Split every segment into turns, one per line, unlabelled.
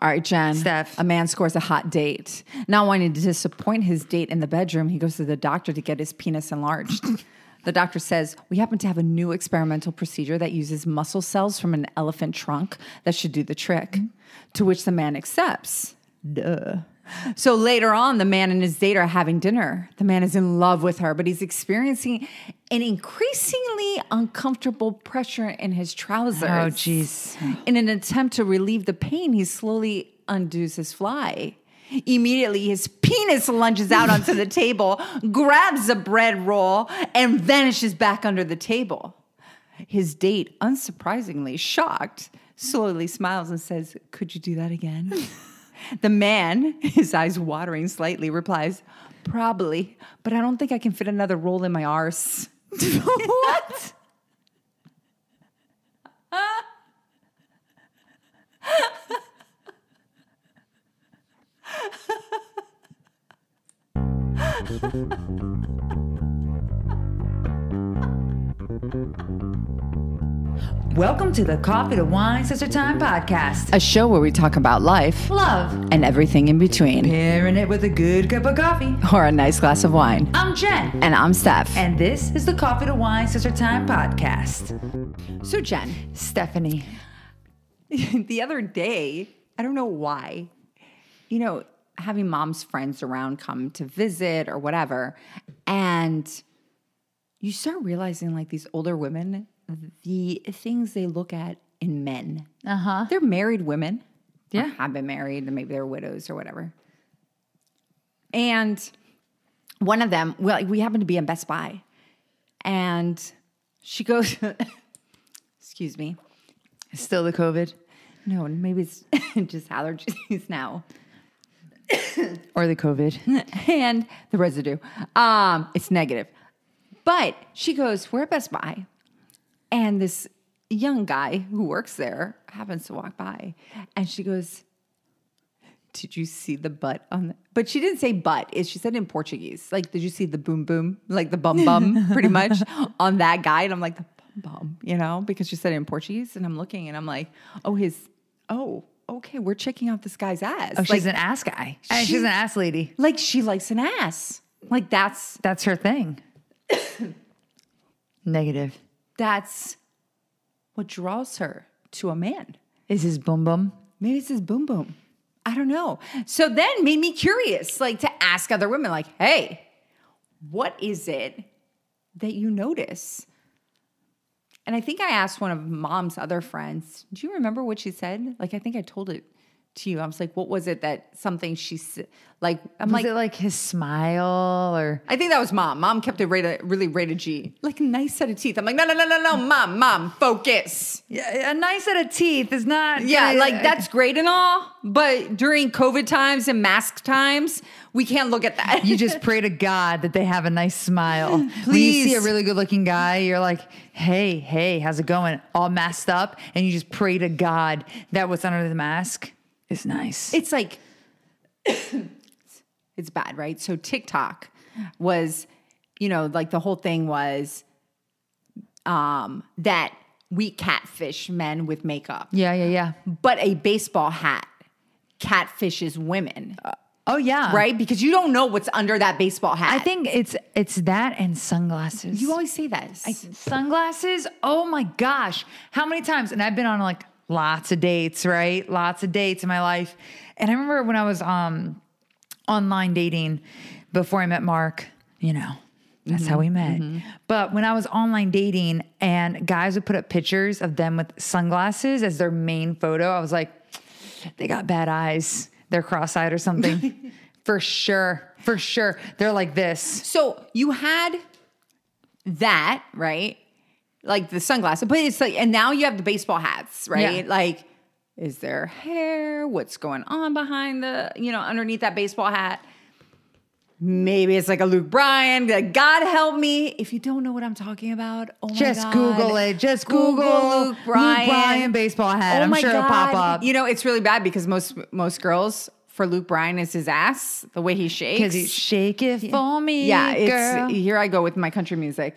All right, Jen.
Steph.
A man scores a hot date. Not wanting to disappoint his date in the bedroom, he goes to the doctor to get his penis enlarged. the doctor says, We happen to have a new experimental procedure that uses muscle cells from an elephant trunk that should do the trick, to which the man accepts. Duh. So later on, the man and his date are having dinner. The man is in love with her, but he's experiencing an increasingly uncomfortable pressure in his trousers.
Oh, jeez.
In an attempt to relieve the pain, he slowly undoes his fly. Immediately, his penis lunges out onto the table, grabs a bread roll, and vanishes back under the table. His date, unsurprisingly shocked, slowly smiles and says, Could you do that again? the man, his eyes watering slightly, replies, Probably, but I don't think I can fit another roll in my arse. what?
Welcome to the Coffee to Wine Sister Time podcast.
A show where we talk about life
Love
and everything in between,
pairing it with a good cup of coffee.
or a nice glass of wine.
I'm Jen,
And I'm Steph.
and this is the Coffee to Wine Sister Time podcast.
so, Jen,
Stephanie,
the other day, I don't know why, you know, having mom's friends around come to visit or whatever, and you start realizing like these older women, the things they look at in men.
uh huh.
They're married women. or
Yeah.
have been married, and maybe they're widows or whatever. And one of them, well, we happened to be in Best Buy, and she goes, "Excuse me,
Still the COVID
no, maybe it's just allergies now."
or the COVID?
and the residue. Um, it's negative. But she goes, We're at Best Buy. And this young guy who works there happens to walk by. And she goes, Did you see the butt on the but she didn't say butt, is she said in Portuguese, like, did you see the boom boom, like the bum bum pretty much on that guy? And I'm like, the bum bum, you know, because she said it in Portuguese. And I'm looking and I'm like, oh, his oh, okay, we're checking out this guy's ass.
Oh,
like,
she's an ass guy. and
She-
she's an ass lady.
like she likes an ass. Like that's
That's her thing. Negative.
that's what draws her to a man.
Is his bum bum?
Maybe it's his boom boom. I don't know. So then made me curious, like to ask other women, like, hey, what is it that you notice? And I think I asked one of mom's other friends, do you remember what she said? Like, I think I told it to you. I was like, what was it that something she said? Like, I'm
Was
like,
it like his smile or
I think that was mom. Mom kept it rated, really rated G. Like nice set of teeth. I'm like, no, no, no, no, no, mom, mom, focus.
yeah, a nice set of teeth is not
Yeah, like that's great and all, but during COVID times and mask times, we can't look at that.
You just pray to God that they have a nice smile. When you see a
Please.
really good looking guy, you're like, hey, hey, how's it going? All messed up. And you just pray to God that what's under the mask is nice.
it's like it's bad, right? So TikTok was, you know, like the whole thing was um that we catfish men with makeup,
yeah, yeah, yeah.
but a baseball hat catfishes women.
Oh, yeah.
right? Because you don't know what's under that baseball hat.
I think it's it's that and sunglasses.
you always say that.
sunglasses oh my gosh how many times and i've been on like lots of dates right lots of dates in my life and i remember when i was um online dating before i met mark you know that's
Mm-hmm.
how we met but when i was online dating and guys would put up pictures of them with sunglasses as their main photo i was like they got bad eyes they're cross-eyed or something for sure for sure they're like this
so you had that, right? Like the sunglasses, but it's like, and now you have the baseball hats, right?
Yeah.
Like, is there hair? What's going on behind the, you know, underneath that baseball hat? Maybe it's like a Luke Bryan. Like, God help me if you don't know what I'm talking about. Oh my
Just
God.
Google it. Just Google
Luke
Luke
Bryan, Oh
Bryan baseball hat. I'm sure it'll pop up.
You know, it's really bad because most most girls for Luke Bryan is his ass, the way he shakes.
Because you shake it for me,
yeah, it's
girl. Mm-hmm.
here I go with my country music.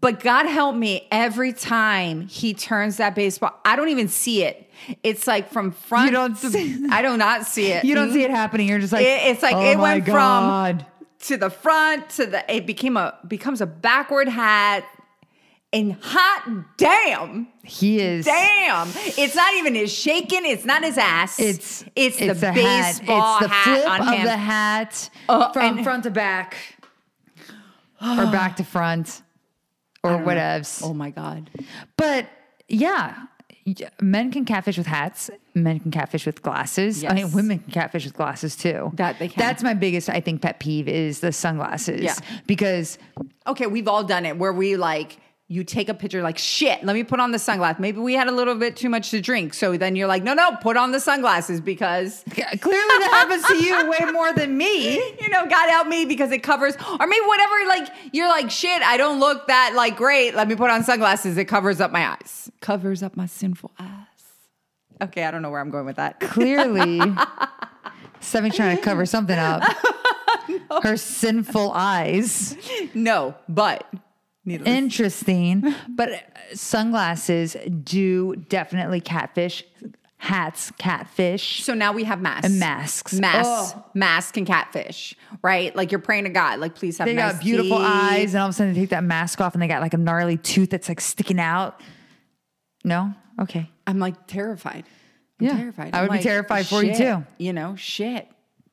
But God help me, every time he turns that baseball, I don't even see it. It's like from front.
You don't see-
I do not see it. Mm-hmm.
You don't see it happening. You're just like
It- it's like
oh
it
my
went from-
God.
to the front to the. It became a becomes a backward hat. And hot damn,
he is
damn! It's not even his shaking. It's not his ass.
It's
it's, the,
a hat.
baseball hat,
It's the flip
on
of
him.
the hat
Uh,
from
and-
front to back, or back to front, or whatevs.
Oh my god!
But yeah, y- men can catfish with hats. Men can catfish with glasses. I mean,
Yes.
women can catfish with glasses too.
That they can.
That's my biggest, I think, pet peeve is the sunglasses.
Yeah.
Because
okay, we've all done it where we like you take a picture like shit, let me put on the sunglasses. Maybe we had a little bit too much to drink. So then you're like, no, no, put on the sunglasses because
c- clearly that happens to you way more than me.
you know, God help me because it covers or maybe whatever like you're like shit, I don't look that like great. Let me put on sunglasses. It covers up my eyes. Covers up my sinful eyes. Okay, I don't know where I'm going with that.
Clearly, Stephanie's trying to cover something up. Her sinful eyes.
No, but needless.
Interesting. But uh, sunglasses do definitely catfish. Hats, catfish.
So now we have masks.
masks.
Masks.
Oh.
Mask and catfish, right? Like you're praying to God, like please have
They
nice
got beautiful
teeth.
eyes, and all of a sudden they take that mask off, and they got like a gnarly tooth that's like sticking out. No, okay.
I'm like terrified. I'm
Yeah,
terrified.
I
I'm
would be
like,
terrified for you,
shit,
too.
You know, shit.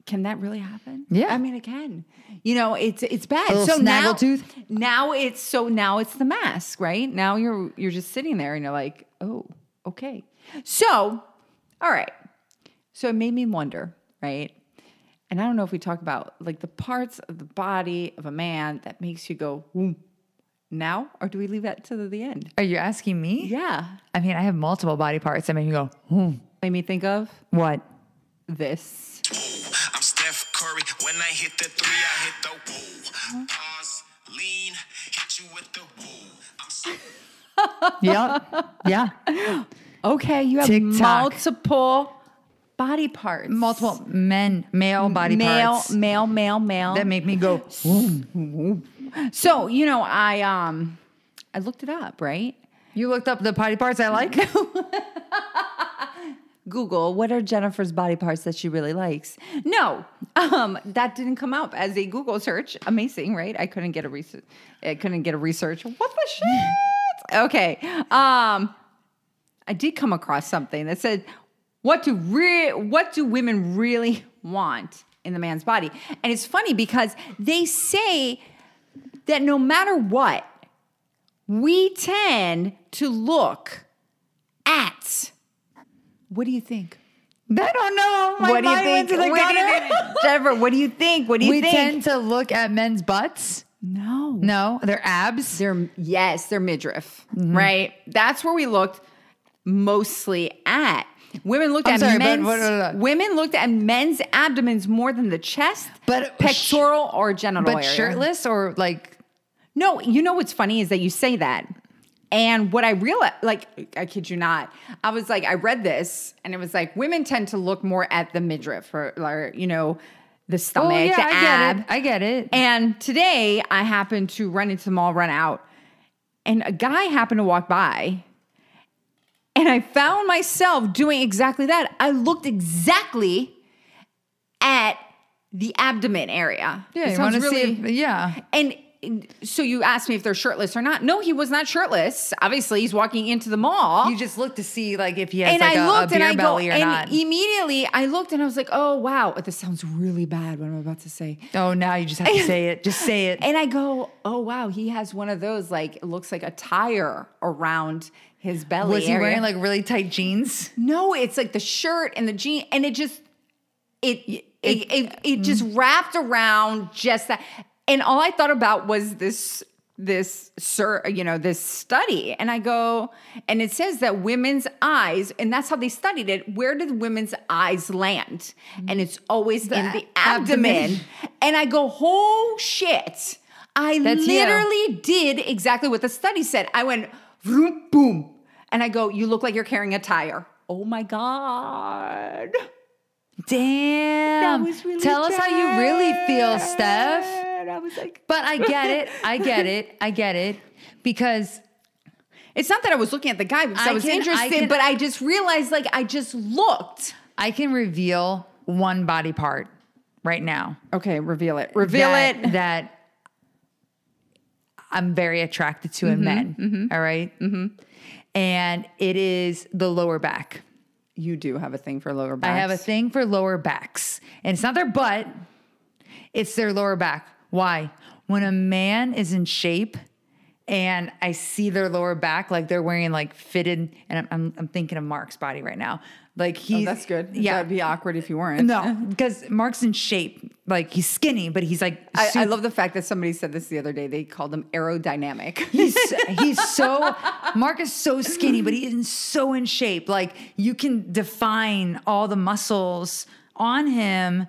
Can that really happen?
Yeah.
I mean, it can. You know, it's it's bad.
little
so now,
snaggletooth?
now it's so now it's the mask, right? Now you're you're just sitting there and you're like, oh, okay. So, all right. So it made me wonder, right? And I don't know if we talk about like the parts of the body of a man that makes you go, "Ooh," now, or do we leave that to the end?
Are you asking me?
Yeah.
I mean, I have multiple body parts. I mean, you go, hmm,
Made me think of
what?
this.
I'm Steph Curry. When I hit the three, I hit the woo. Pause, lean, hit you with the woo. I'm so
Yeah, yeah.
Okay, you have
TikTok.
multiple body parts.
Multiple men, male body
male,
parts
male, male, male.
that make me go. "Hmm."
so you know, I um, I looked it up, right?
You looked up the body parts I like.
Google, what are Jennifer's body parts that she really likes? No, um, that didn't come up as a Google search. Amazing, right? I couldn't get a research. I couldn't get a research. What the shit? Okay, um, I did come across something that said, "What do re- what do women really want in the man's body?" And it's funny because they say that no matter what, we tend to look at. What do you think?
I don't know. My
what do you
mind went
think?
to the
What do you
gutter.
think? Jennifer, what do you think? What do you
We
think?
tend to look at men's butts.
no.
No, their abs.
They're yes, they're midriff,
Mm-hmm.
right? That's where we looked mostly at. Women looked
I'm
at
sorry, but
men's
what- what- what-
women looked at men's abdomens more than the chest,
But- uh,
pectoral or genital
but
area.
shirtless or like
No, you know what's funny is that you say that. And what I realized, like, I kid you not, I was like, I read this and it was like, women tend to look more at the midriff or, or you know, the stomach,
oh yeah,
the
I
ab.
get it. I get it.
And today I happened to run into the mall, run out, and a guy happened to walk by. And I found myself doing exactly that. I looked exactly at the abdomen area. It
yeah, you
sounds
want to see? if- yeah,
and and so you asked me if they're shirtless or not. No, he was not shirtless. Obviously, he's walking into the mall.
you just look to see like if he has
and
like
I
a,
looked
a
and
beer
I go,
belly or
and e-
not.
immediately I looked and I was like, oh wow, this sounds really bad. What I'm about to say.
oh, now you just have to say it. Just say it.
And I go, oh wow, he has one of those like it looks like a tire around his belly.
Was he
area.
wearing like really tight jeans?
No, it's like the shirt and the jean, and it just it it it, Mm. it, just wrapped around just that. And all I thought about was this this sir, you know, this study. And I go, and it says that women's eyes, and that's how they studied it. Where did women's eyes land? And it's always in the abdomen.
abdomen.
And I go, oh shit. I
That's you.
literally did exactly what the study said. I went vroom, boom. And I go, you look like you're carrying a tire. Oh my God.
Damn.
was really
Tell us how you really feel, Steph.
And I was like,
But I get it. I get it. I get it. Because
It's not that I was looking at the guy because I,
I
was
can- I
interested,
can-
but I just realized like I just looked.
I can reveal one body part right now.
Okay, reveal it. Reveal
that,
it.
That I'm very attracted to
Mm-hmm,
in men. all right? And it is the lower back.
You do have a thing for lower backs.
I have a thing for lower backs. And it's not their butt, it's their lower back. Why? When a man is in shape and I see their lower back, like they're wearing like fitted, and I'm, I'm, I'm thinking of Mark's body right now. Like
Oh,
he's.
that's good.
Yeah.
That'd be awkward if you weren't.
no, because Mark's in shape. Like he's skinny, but he's like.
I, I
super-
love the fact that somebody said this the other day. They called them aerodynamic.
He's he's so Mark is so skinny, but he is so in shape. Like you can define all the muscles on him,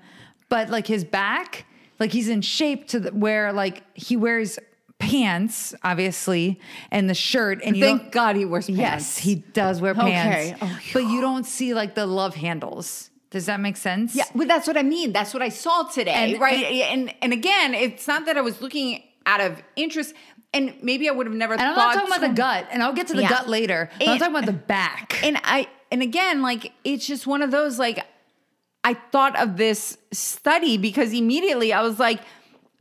but like his back, like he's in shape to the, where like he wears pants, obviously, and the shirt, and you
Thank
don't-
God he wears pants.
yes, he does wear
Okay.
pants,
Oh,
but you don't see like the love handles. Does that make sense?
Yeah, well, that's what I mean. That's what I saw today,
And-
right? And, and again, it's not that I was looking out of interest, and maybe I would have never.
And I'm
thought
not talking about the gut, and I'll get to the
Yeah.
gut later. but I'm
And-
talking about the back.
And I and again, like it's just one of those like I thought of this study because immediately I was like,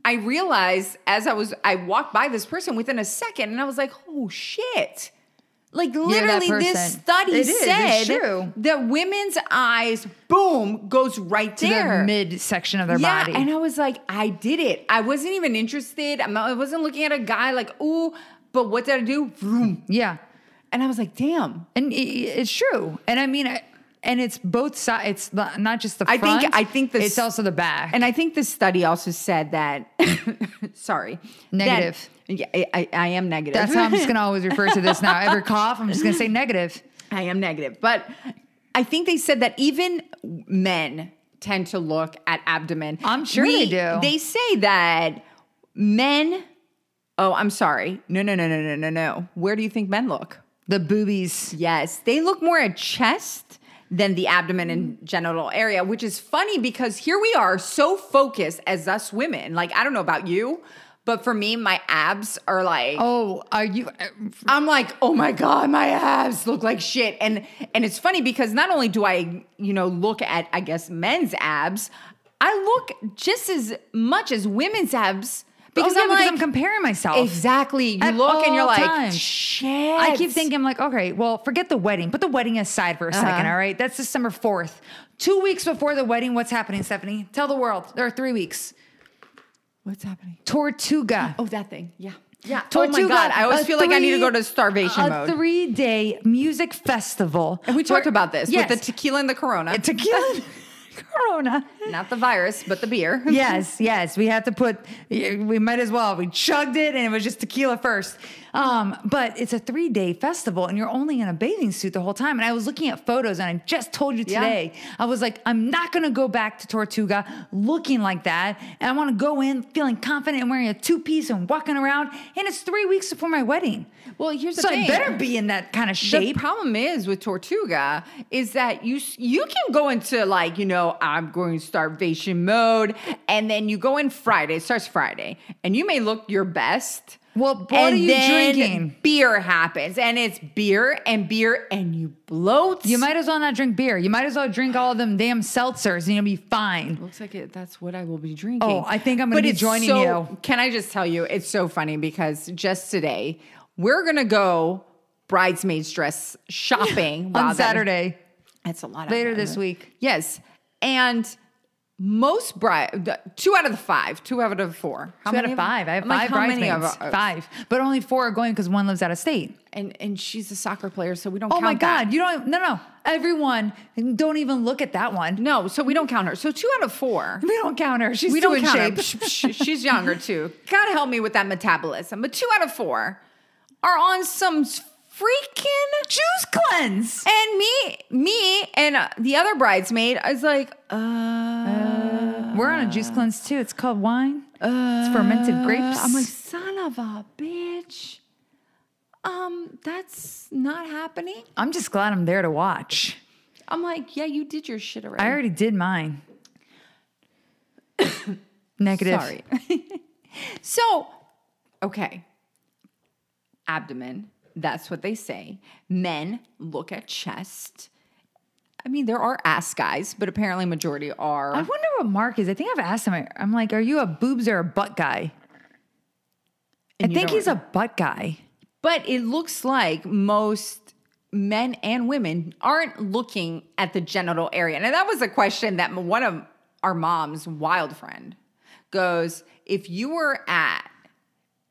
I realized as I was I walked by this person within a second, and I was like, oh shit. Like
that
literally, this
person.
study
It is,
said
it's true.
that women's eyes, boom, goes right
to
there.
the mid section of their
yeah,
body.
and I was like, I did it. I wasn't even interested. I'm not, I wasn't looking at a guy like, ooh, but what did I do? Vroom.
Yeah.
And I was like, damn.
And i- i it's true. And I mean, I, and it's both sides. It's not not just the
I
front.
think- I think the
it's
s-
also the back.
And I think this study also said that, sorry, that-
Negative.
yeah, I, I, I am negative.
That's how I'm just going to always refer to this now. Ever cough, I'm just going to say negative.
I am negative. But I think they said that even men tend to look at abdomen.
I'm sure they do.
They say that men, oh, I'm sorry. No, no, no, no, no, no, no. Where do you think men look?
The boobies.
Yes, they look more at chest than the abdomen and genital area, which is funny because here we are so focused as us women. Like, I don't know about you, but for me, my abs are like,
Oh, are you?
I'm like, oh my god, my abs look like shit, and and it's funny because not only do I, you know, look at I guess men's abs, I look just as much as women's abs because,
Because, oh, yeah,
I'm,
I'm, because
like,
I'm comparing myself.
exactly. You
At
look and you're
all
like,
times.
shit.
I keep thinking, like, okay, well, forget the wedding. Put the wedding aside
Uh-huh.
for a second, all right? That's December 4th. Two weeks before the wedding, what's happening, Stephanie? Tell the world. There are three weeks.
what's happening?
Tortuga.
Oh, that thing. Yeah. Yeah.
Tortuga,
oh my god, I always
a
feel like I need to go
three-
to starvation
a
mode.
three day music festival.
and we talked
where-
about this
yes,
with the tequila and the corona.
tequila Corona.
Not the virus, but the beer.
Yes, yes, we had to put. We might as well. We chugged it, and it was just tequila first. Um, but it's a three day festival, and you're only in a bathing suit the whole time. And I was looking at photos, and I just told you
Yeah.
today. I was like, I'm not gonna go back to Tortuga looking like that, and I want to go in feeling confident and wearing a two piece and walking around. And it's three weeks before my wedding.
Well, here's the
so
thing.
I better be in that kind of shape.
The problem is with Tortuga is that you s- you can go into like you know I'm going starvation mode, and then you go in Friday. It starts Friday, and you may look your best.
Well, what are
and
you
then
drinking?
Beer happens, and it's beer and beer, and you bloat.
You might as well not drink beer. You might as well drink all of them damn seltzers and you'll be fine.
Looks like it, that's what I will be drinking.
Oh, I think I'm gonna
But
be
it's
joining
so-
you.
Can I just tell you, it's so funny because just today we're gonna go bridesmaids dress shopping Wow,
On
that-
Saturday,
That's a lot. of
later
them.
this week.
Yes, and most bride, two out of the five, two out of the four. How
Two out
many
of five. I have
I'm like,
five
how many
bridesmaids.
of- uh,
five. But only four are going because one lives out of state.
And and she's a soccer player, so we don't.
Oh
count
my
that.
God. You don't, no, no. Everyone, don't even look at that one.
No, so we don't count her. So two out of four.
We don't count her. She's
we
still
don't
in
count her.
shape.
Psh, psh, She's younger too. God help me with that metabolism. But two out of four are on some s- freaking
Juice cleanse.
And me, me, and uh, the other bridesmaid is like, uh
We're on a juice cleanse too. It's called wine. it's fermented grapes.
I'm like, son of a bitch. Um, that's not happening.
I'm just glad I'm there to watch.
I'm like, yeah, you did your shit already.
I already did mine. Negative.
Sorry. so, okay. Abdomen, That's what they say. Men look at chest. I mean, there are ass guys, but apparently majority are.
I wonder what Mark is. I think I've asked him. I- I'm like, are you a boobs or a butt guy? I
you
think
don't-
he's a butt guy.
But it looks like most men and women aren't looking at the genital area. Now, that was a question that one of our mom's wild friend goes, if you were at,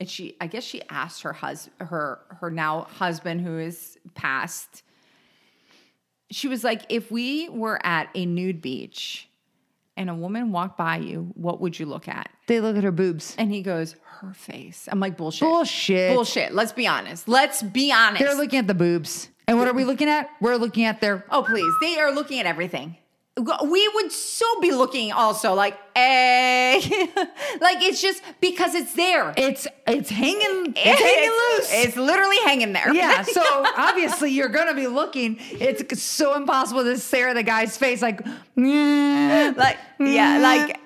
and she, I guess she asked her hus, her her now husband who is passed. She was like, if we were at a nude beach and a woman walked by you, what would you look at?
They look at her boobs.
And he goes, her face. I'm like, bullshit.
Bullshit.
Bullshit. Let's be honest. Let's be honest.
They're looking at the boobs. And what are we looking at? We're looking at their
oh, please. They are looking at everything. We would so be looking also like, eh. like it's just because it's there.
It's it's hanging it's hanging loose.
It's literally hanging there.
yeah, so obviously you're gonna be looking. It's so impossible to stare at the guy's face like, "Mm."
like, yeah, like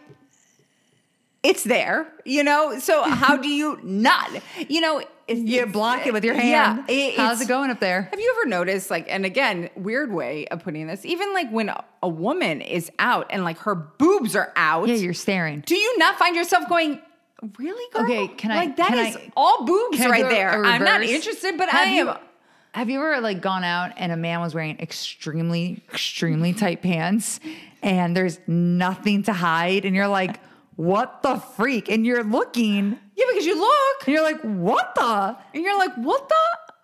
it's there, you know? So how do you not, you know, it's,
you block it with your
Yeah,
hand.
it-
How's
it's-
it going up there?
Have you ever noticed, like, and again, weird way of putting this, even like when a- a woman is out and like her boobs are out,
Yeah, you're staring.
do you not find yourself going, really, girl?
Okay, can I-
Like, that
can
is
I-
all boobs
Can I
right
do a-
there.
a
I'm not
reverse?
interested, but
Have
I
you-
am.
have you ever like gone out and a man was wearing extremely, extremely tight pants and there's nothing to hide and you're like, what the freak? And you're looking and
Yeah, because you look
you're like, what the?
and you're like, what the?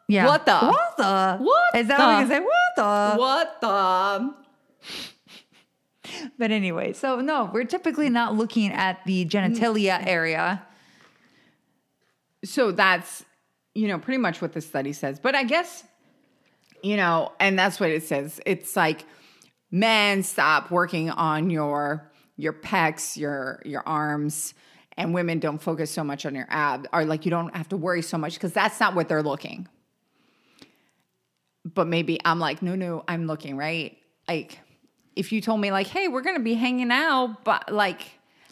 Yeah.
What the?
What the?
What
Is that what we can
the?
say? What the?
What the?
But anyway, so no, we're typically not looking at the genitalia area.
so that's you know pretty much what the study says but i guess you know and that's what it says it's like men stop working on your your pecs your your arms and women don't focus so much on your ab or like you don't have to worry so much because that's not what they're looking but maybe i'm like no no i'm looking right like if you told me like hey we're gonna be hanging out but like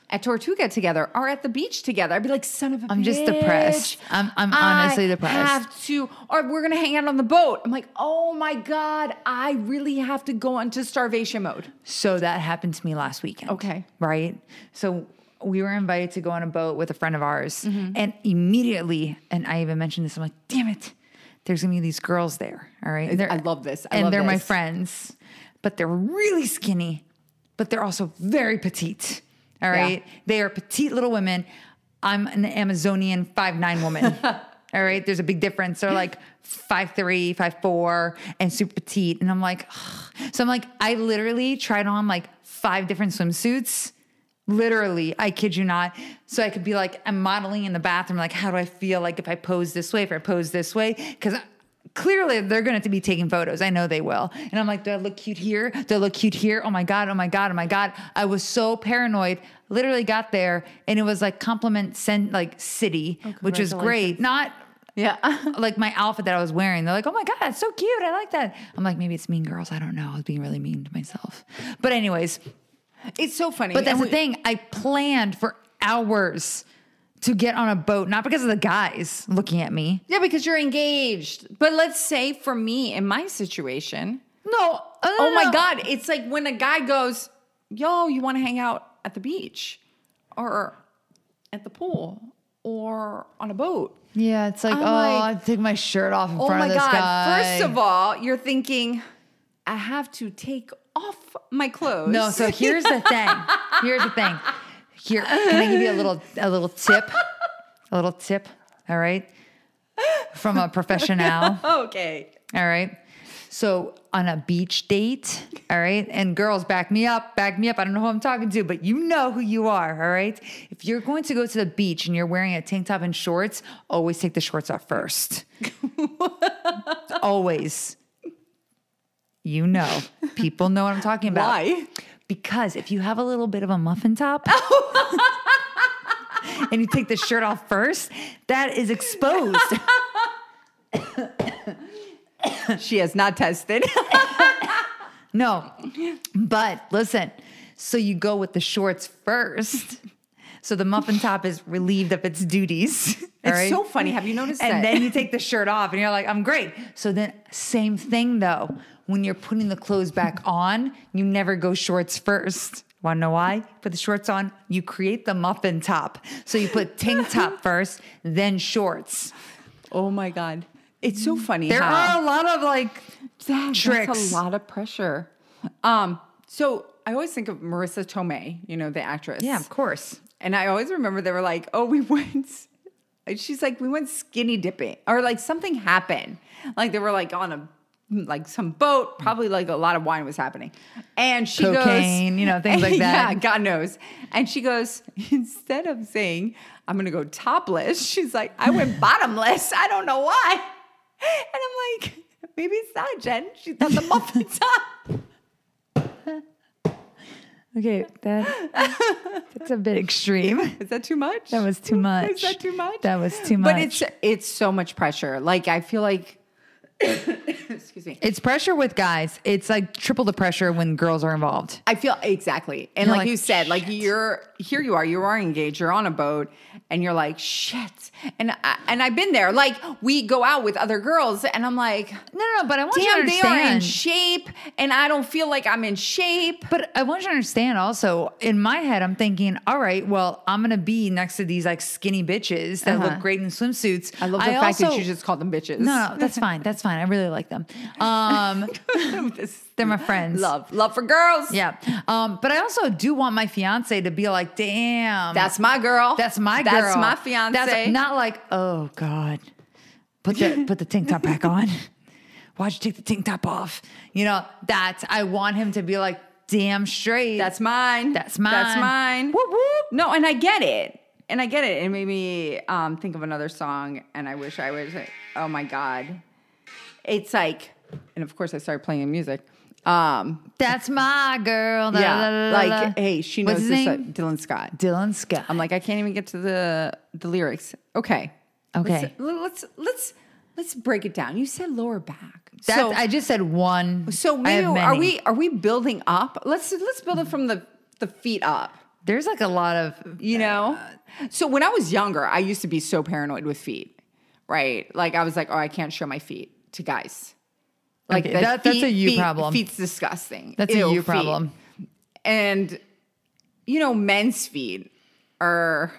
at Tortuga together or at the beach together. I'd be like, son of a
I'm just depressed.
bitch.
I'm- I'm
I
honestly depressed.
Have to, or we're gonna hang out on the boat. I'm like, oh my god, I really have to go into starvation mode.
So that happened to me last weekend.
Okay.
Right? So we were invited to go on a boat with a friend of ours.
Mm-hmm.
And immediately, and I even mentioned this, I'm like, damn it, there's gonna be these girls there. All right. And they're-
I love this. I
and
love
they're my
this.
friends, but they're really skinny, but they're also very petite. All
Yeah.
right. They are petite little women. I'm an Amazonian five nine woman. All right. There's a big difference. They're like five three, five four, and super petite. And I'm like, ugh. so I'm like, I literally tried on like five different swimsuits. Literally, I kid you not. So I could be like, I'm modeling in the bathroom, like, how do I feel like if I pose this way, if I pose this way? Because clearly they're going to be taking photos. I know they will. And I'm like, do I look cute here? Do I look cute here? Oh my God, oh my God, oh my God. I was so paranoid. Literally got there and it was like compliment sent like city, which was great. Not
Yeah.
like my outfit that I was wearing. They're like, oh my God, it's so cute. I like that. I'm like, maybe it's mean girls. I don't know. I was being really mean to myself. But, anyways,
it's so funny.
but that's
And
the thing. I planned for hours to get on a boat, not because of the guys looking at me.
we- Yeah, because you're engaged. But let's say for me in my situation,
No.
oh my god, it's like when a guy goes, "Yo, you want to hang out at the beach, or at the pool, or on a boat."
Yeah, it's like,
I'm
oh, I
like,
have to take my shirt off in
Oh
front
my
of this
God.
guy.
First of all, you're thinking, I have to take off my clothes.
no. So here's the thing. Here's the thing. Here, can I give you a little a little tip? A little tip. All right, from a professional.
okay.
All right. So on a beach date, all right, and girls, back me up, back me up. I don't know who I'm talking to, but you know who you are, all right? If you're going to go to the beach and you're wearing a tank top and shorts, always take the shorts off first. always. You know, people know what I'm talking about.
Why?
Because if you have a little bit of a muffin top and you take the shirt off first, that is exposed.
She has not tested.
No. But listen, so you go with the shorts first. So the muffin top is relieved of its duties. all
It's
right?
so funny. Have you noticed
and
that?
then you take the shirt off and you're like, I'm great. So then, same thing though, when you're putting the clothes back on, you never go shorts first. Wanna know why? Put the shorts on, you create the muffin top. So you put tank top first, then shorts.
oh my god, it's so funny.
There
how-
are a lot of like,
that,
tricks.
That's a lot of pressure. Um, so I always think of Marissa Tomei, you know, the actress.
yeah, of course.
And I always remember they were like, "Oh, we went." and She's like, "We went skinny dipping," or like something happened. Like they were like on a like some boat, probably like a lot of wine was happening. And she
Cocaine,
goes,
you know, things like that.
Yeah, God knows. And she goes, instead of saying, "I'm gonna go topless," she's like, "I went bottomless." I don't know why. And I'm like, maybe it's not Jen. She thought the muffin top.
Okay, that that's a bit extreme.
Is that too much?
That was too much.
Is that too much?
That was too much.
But it's it's so much pressure. Like I feel like excuse me.
it's pressure with guys. It's like triple the pressure when girls are involved.
I feel exactly. And
You're
like,
like,
you said, like you're here you are, you are engaged, you're on a boat and you're like, shit. And I, and I've been there. Like we go out with other girls and I'm like,
No, no, no but I want you to
damn, they
understand.
are in shape and I don't feel like I'm in shape.
But I want you to understand also, in my head, I'm thinking, all right, well, I'm going to be next to these like skinny bitches that
Uh-huh.
look great in swimsuits.
I love the fact that
also-
you just called them bitches.
No, no, that's fine. That's fine. I really like them. Um,
This-
they're my friends.
love, love for girls.
Yeah. Um, but I also do want my fiance to be like, damn.
That's my girl.
That's my girl.
That's my fiance.
That's not like, oh God, put the put the tank top back on. Why'd you take the tank top off? You know, that's I want him to be like, damn straight.
That's mine.
That's mine.
That's mine.
Whoop, whoop.
No, and I get it. And I get it. It made me um, think of another song, and I wish I was. Oh my god, it's like, and of course I started playing music. Um,
that's my girl. da,
yeah,
da, da, da, da.
like hey, she
What's
knows
his
this. uh,
name?
Dylan Scott.
Dylan Scott.
I'm like, I can't even get to the the lyrics. Okay,
Okay.
Let's let's let's, let's break it down. You said lower back.
that's,
so
I just said one.
so
I
maybe
have
are
many.
we are we building up? Let's let's build it from the the feet up.
There's like a lot of
you know? So when I was younger, I used to be so paranoid with feet, right? Like I was like, oh, I can't show my feet to guys. Like
Okay,
the
that- that's a you
feet-
problem.
Feet's disgusting.
that's
Ew,
a you
feet.
problem.
And you know, men's feet are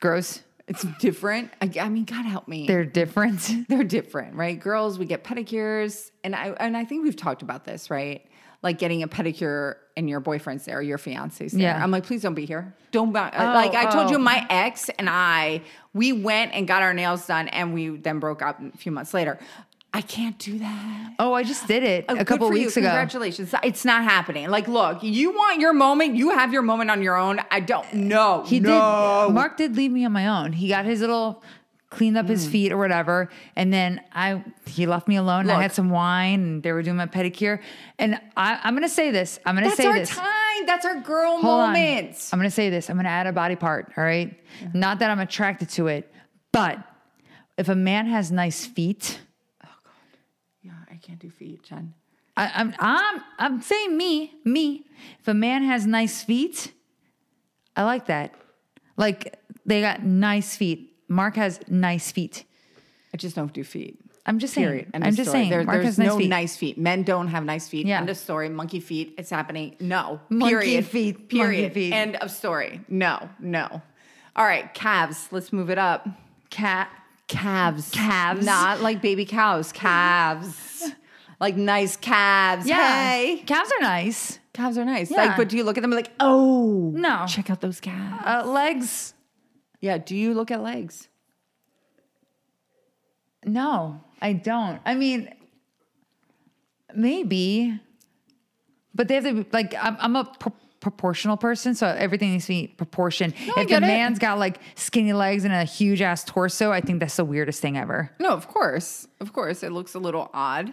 Gross.
it's different. I, I mean, God help me.
They're different.
they're different, right? Girls, we get pedicures, and I and I think we've talked about this, right? Like getting a pedicure and your boyfriend's there, your fiance's there.
Yeah.
I'm like, please don't be here. Don't buy. like I told
oh.
you, my ex and I, we went and got our nails done, and we then broke up a few months later. I can't do that.
Oh, I just did it
Oh,
a
good
couple
for you.
weeks ago.
Congratulations. It's not happening. Like, look, you want your moment. You have your moment on your own. I don't know.
He
no.
did. Mark did leave me on my own. He got his little cleaned up
Hmm.
his feet or whatever, and then I he left me alone. I
Look.
had some wine, and they were doing my pedicure. And I, I'm gonna say this. I'm gonna
That's
say
our
this.
time. That's our girl
Hold on.
moment.
I'm gonna say this. I'm gonna add a body part. All right. Not that I'm attracted to it, but if a man has nice feet,
Yeah, I can't do feet, Jen.
I, I'm I'm I'm saying me me. If a man has nice feet, I like that. Like they got nice feet. Mark has nice feet.
I just don't do feet.
I'm just saying.
Period. End
I'm
of
just
story.
saying.
There-
Mark
there's
has nice
no
feet.
nice feet. Men don't have nice feet.
Yeah.
End of story. Monkey feet. It's happening. No.
Monkey
period.
feet, monkey
Period.
feet.
End of story. No. No. All right. Calves. Let's move it up.
cat.
Calves.
Calves.
Not like baby cows. Calves. like nice calves.
Yeah.
Hey.
Calves are nice.
Calves are nice.
Yeah.
Like, but do you look at them and like, oh,
No.
check out those calves.
Uh, legs.
Yeah. Do you look at legs?
No, I don't. I mean, maybe, but they have to be, like. I'm, I'm a pro- proportional person, so everything needs to be proportioned.
I
if the
get it.
man's got like skinny legs and a huge ass torso, I think that's the weirdest thing ever.
No, of course. Of course. It looks a little odd.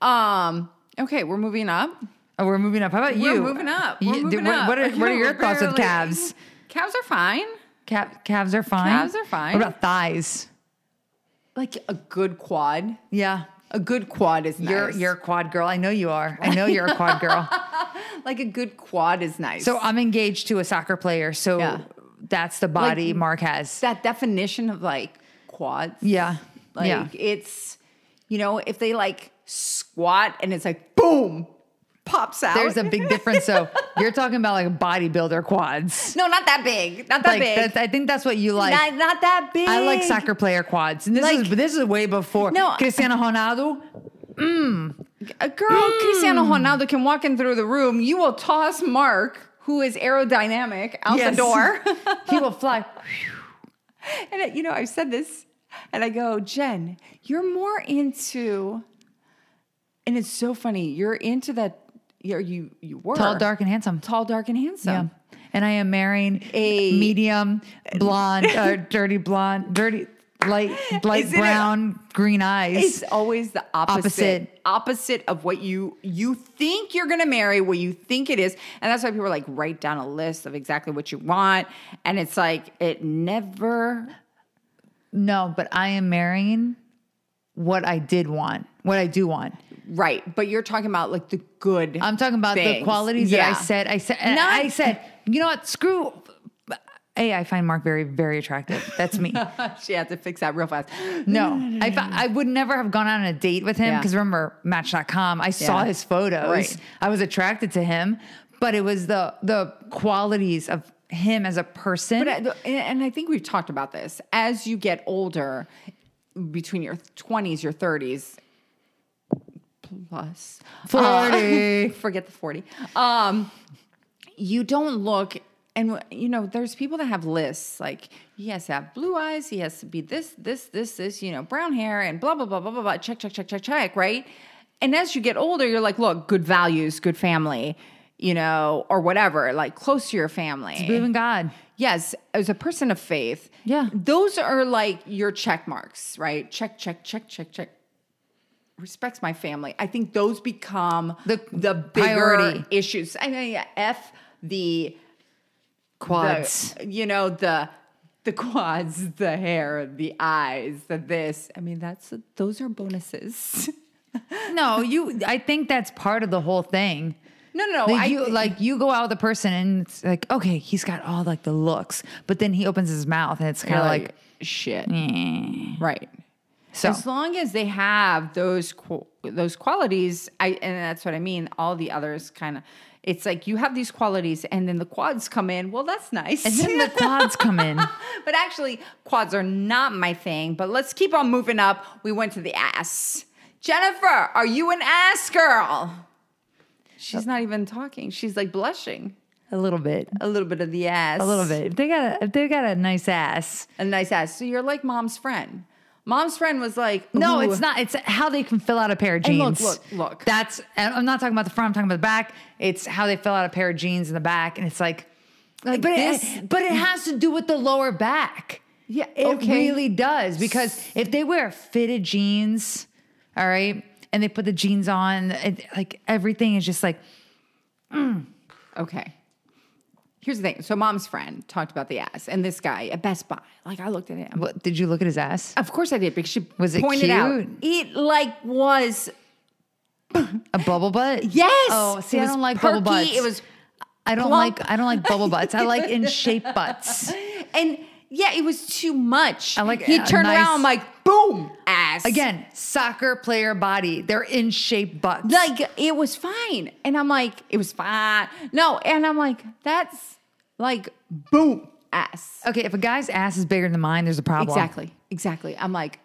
Um, okay, we're moving up.
Oh, we're moving up. How about you?
We're moving up. We're
You- do-
moving
what,
up.
What are, what are your
We're
thoughts on
barely-
calves?
Calves are fine.
Cap, calves are fine.
Calves are fine.
What about thighs?
Like a good quad.
Yeah.
A good quad is nice.
You're you're a quad girl. I know you are. I know you're a quad girl.
like a good quad is nice.
So I'm engaged to a soccer player. So
Yeah.
that's the body
Like,
Mark has.
that definition of like quads.
yeah.
Like
yeah.
it's, you know, if they like squat and it's like boom, pops out.
There's a big difference. So you're talking about like bodybuilder quads.
no, not that big. Not that
like
big.
that's- I think that's what you like.
not, not that big.
I like soccer player quads, and this is
Like-
this is way before
No,
Cristiano Ronaldo.
A girl,
Hmm.
Cristiano Ronaldo can walk in through the room. You will toss Mark, who is aerodynamic, out
Yes.
the door.
he will fly.
and uh, you know, I've said this, and I go, Jen, you're more into, and it's so funny. You're into that. You're, you you were
Tall, dark, and handsome.
tall, dark, and handsome.
Yeah. And I am marrying
A-
a medium blonde, uh, dirty blonde, dirty light light
Isn't it-
brown, green eyes.
It's always the opposite, opposite of what you you think you're going to marry, what you think it is, and that's why people are like write down a list of exactly what you want, and it's like it never
No, but I am marrying what I did want, what I do want.
Right, but you're talking about like the good.
I'm talking about the
things.
qualities
Yeah.
that I said. I said, and
Not-
I said, you know what? Screw. A, I find Mark very, very attractive. That's me.
she had to fix that real fast.
No, I, fa- I would never have gone on a date with him
Yeah.
because remember Match.com, I saw
Yeah.
his photos,
Right.
I was attracted to him, but it was the the qualities of him as a person.
But I, and- and I think we've talked about this. As you get older, between your 20s, your 30s, plus uh,
40.
forget the 40. Um, you don't look and you know there's people that have lists like he has to have blue eyes he has to be this this this this you know brown hair and blah blah blah blah blah blah check check check check check right and as you get older you're like look good values good family you know or whatever like close to your family
Believe in God.
Yes, as a person of faith.
Yeah.
Those are like your check marks, right? Check, check, check, check, check. Respects my family. I think those become the
The
the bigger
priority.
issues. I mean, yeah, f the,
Quads.
the you know the the quads, the hair, the eyes, the this. I mean, that's those are bonuses.
no, you I think that's part of the whole thing.
No, no, no.
Like
I
you
thi-
like you go out with a person and it's like, okay, he's got all like the looks, but then he opens his mouth and it's kind
You're
of like,
shit,
eh.
right?
so
As long as they have those qu- those qualities, I and that's what I mean. All the others kind of, it's like you have these qualities, and then the quads come in. Well, that's nice.
and then the quads come in.
but actually, quads are not my thing. But let's keep on moving up. We went to the ass. Jennifer, are you an ass girl? She's not even talking. She's like blushing.
A little bit.
A little bit of the ass.
A little bit. If they got a, if they got a nice ass.
A nice ass. So you're like mom's friend. Mom's friend was like,
No,
"Ooh."
it's not. It's how they can fill out a pair of
And look,
jeans.
look, look.
That's. and I'm not talking about the front. I'm talking about the back. It's how they fill out a pair of jeans in the back, and it's like,
Like
but
this-
it, but it has to do with the lower back.
Yeah,
it
okay.
really does because if they wear fitted jeans, all right, and they put the jeans on, it, like everything is just like
Okay. Here's the thing. So mom's friend talked about the ass and this guy at Best Buy. Like I looked at him.
What did you look at his ass?
Of course I did because she
Was it
pointed out
cute?
it like was
A bubble butt?
yes.
Oh, see,
It
I
was
don't like bubble
perky,
butts.
It was
I don't
plump.
like I don't like bubble butts. I like in shape butts.
and yeah, it was too much.
I like
he
a
turned
nice-
around like boom ass
Again, soccer player body. They're in shape butts.
Like it was fine, and I'm like it was fine. No, and I'm like that's like boom ass.
okay, if a guy's ass is bigger than mine, there's a problem.
Exactly, exactly. I'm like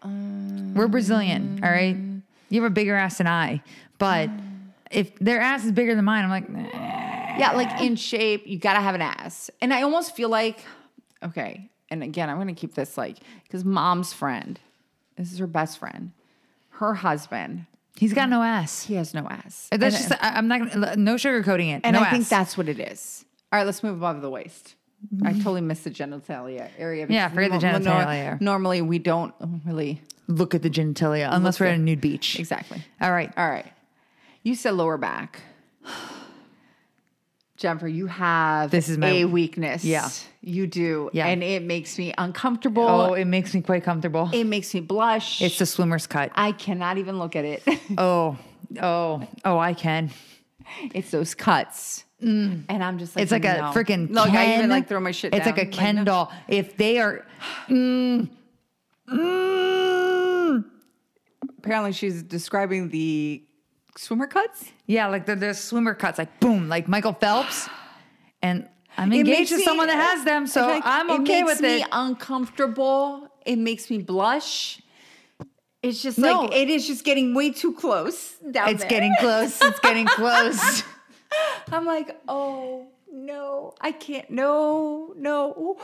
We're Brazilian, all right? You have a bigger ass than I. But if their ass is bigger than mine, I'm like, "Nah."
Yeah, like in shape, you gotta have an ass. And I almost feel like, okay, and again, I'm gonna keep this like, because mom's friend, this is her best friend, her husband,
he's got no ass.
he has no ass.
That's
and
just I, am not gonna no sugarcoating it.
and
no
I think
ass.
that's what it is. All right, let's move above the waist. I totally missed the genitalia area.
Mm-hmm. Yeah,
because
forget the
nor- nor-
genitalia.
Normally, we don't really.
look at the genitalia unless we're at a nude beach.
Exactly.
All right.
All right. You said lower back. Jennifer, you have
This is my-
a weakness.
Yeah.
You do.
Yeah.
And it makes me uncomfortable.
Oh, it makes me quite comfortable.
it makes me blush.
it's the swimmer's cut.
I cannot even look at it.
Oh, oh, oh, I can.
it's those cuts. And I'm just like,
Mm. It's like a
no.
freaking
Look, I even
Ken-
like throw my shit
It's like a
down.
Ken
no.
doll. If they are, Mm. Mm.
Apparently, she's describing the swimmer cuts.
yeah, like there- there's swimmer cuts, like boom, like Michael Phelps, and I'm
It
engaged
makes
to
me-
someone that has them, so
like,
I'm okay
it makes
with
me
it.
uncomfortable. It makes me blush. It's just
No.
like it is just getting way too close. Down
It's
there.
getting close. It's getting close.
I'm like, oh no, I can't. No, no. Ooh.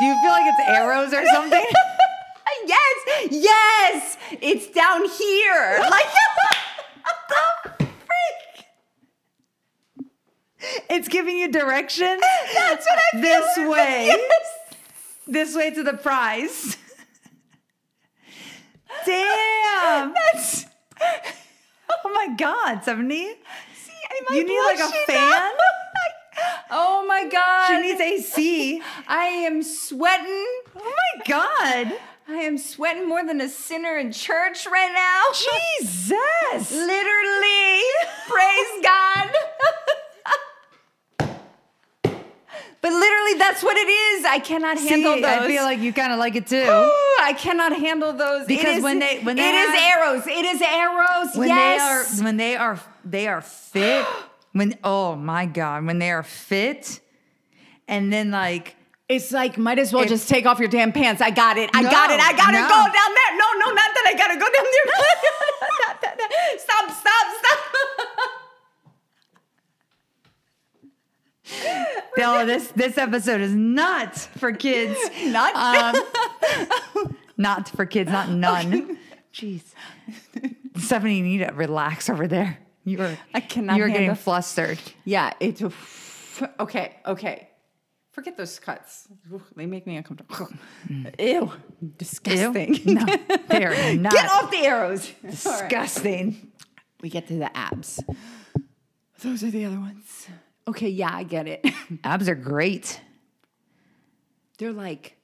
Do you feel like it's arrows or something?
yes, yes. It's down here. Like what the frick?
it's giving you directions
That's what I feel.
this way,
Yes.
this way to the prize. Damn.
That's.
Oh my God, 70.
See, am I
You need, like, a
blushing
fan?
now? oh my god.
She needs AC.
I am sweating.
Oh my God.
I am sweating more than a sinner in church right now.
Jesus.
Literally. Praise God. but literally, that's what it is. I cannot handle
See,
those.
I feel like you kind of like it too.
Ooh, I cannot handle those
Because
it is,
when they- when they
it is
have-
arrows, it is arrows.
When
yes,
they are when they are they are fit. when oh my God, when they are fit, and then like
It's like, might as well
It's-
just take off your damn pants. I got it. I
No,
got it. I gotta
no.
go down there. No, no, not that. I gotta go down there. Not that- that- stop, stop, stop.
no, this this episode is not for kids.
Not
Um, not for kids, not none. Jeez. Stephanie, you need to relax over there. You are
I cannot
you're getting
handle-
flustered.
Yeah, it's a f- okay, okay. Forget those cuts. Ooh, They make me uncomfortable. Ew. Disgusting.
Mm. Ew. No, they are not
Get off the arrows. All right.
disgusting.
We get to the abs. Those are the other ones. Okay, yeah, I get it.
Abs are great.
They're like,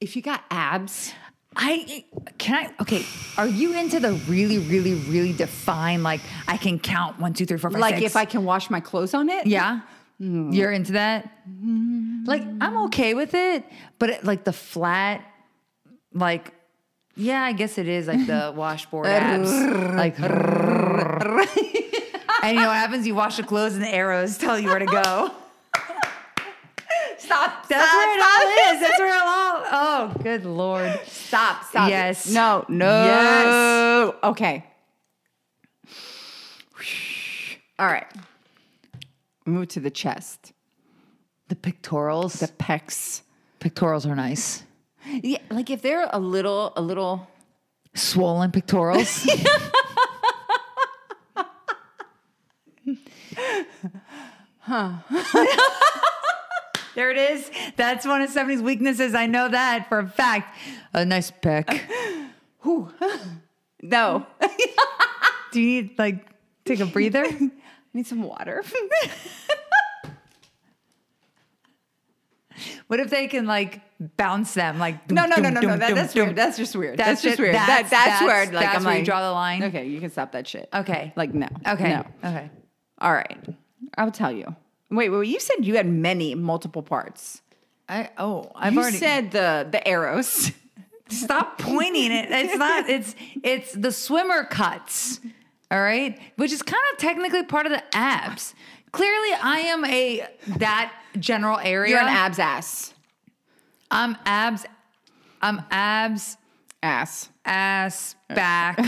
if you got abs,
I can I okay. Are you into the really, really, really defined? Like I can count one, two, three, four, five,
like
six?
if I can wash my clothes on it.
yeah, you're into that. Like I'm okay with it, but it, like the flat, like yeah, I guess it is like the washboard abs. Like and you know what happens? You wash the clothes and the arrows tell you where to go.
Stop. stop,
That's where it
stop.
all is. That's where it all. Oh, good lord.
Stop. Stop.
Yes.
No. No.
Yes.
Okay. All right. Move to the chest,
The pectorals.
the pecs.
pectorals are nice.
Yeah, like if they're a little, a little.
swollen pectorals. there it is. That's one of Stephanie's weaknesses. I know that for a fact. A nice pec.
No. I
Do you need like take a breather?
need some water.
What if they can like bounce them? Like
No, no, no,
dum,
no,
dum,
no. That,
dum,
that's
dum.
weird. That's just weird.
That's
That's, just
it.
weird. that,
That's-
that's,
that's-
weird. Like
that's
I'm
where you
like,
draw the line?
Okay, you can stop that shit.
Okay.
Like no.
Okay.
No.
Okay.
All right. I'll tell you. Wait, wait. You said you had many multiple parts.
I oh I've
you
already
said the the arrows.
Stop pointing it. It's not. It's it's the swimmer cuts. All right, which is kind of technically part of the abs. Clearly, I am a that general area.
You're an abs ass.
I'm abs. I'm abs.
Ass.
Ass back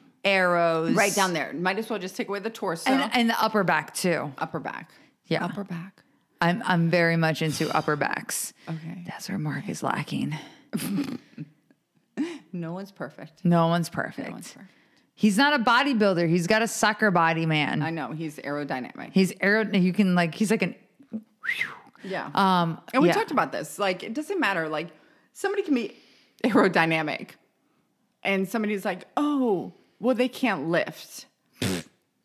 arrows.
Right down there. Might as well just take away the torso.
And, and the upper back too.
upper back.
Yeah.
Upper back.
I'm I'm very much into upper backs.
Okay.
That's where Mark is lacking.
No one's perfect.
No one's perfect.
No one's perfect.
He's not a bodybuilder. He's got a soccer body, man.
I know. He's aerodynamic.
He's aero. You can like. He's like an.
uh, yeah.
Um,
and we
yeah.
talked about this. Like, it doesn't matter. Like, somebody can be aerodynamic, and somebody's like, oh, well, they can't lift.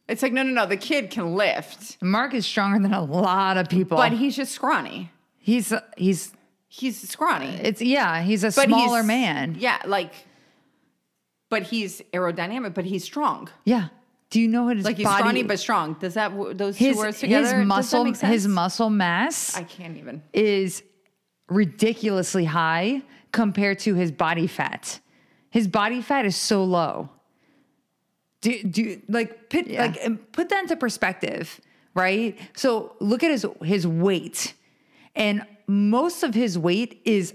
it's like, no, no, no. The kid can lift,
Mark is stronger than a lot of people.
but he's just scrawny.
he's he's
He's scrawny.
it's yeah he's a
But
smaller
he's-
man.
Yeah. Like, but he's aerodynamic, but he's strong.
Yeah, Do you know what his
Like he's
body,
scrawny but strong. Does that w- those
his,
two words
his
together?
muscle
Does that make
his
sense?
muscle mass
I can't even.
is ridiculously high compared to his body fat. His body fat is so low. Do do like put
Yeah.
like um, put that into perspective, right? So look at his his weight, and most of his weight is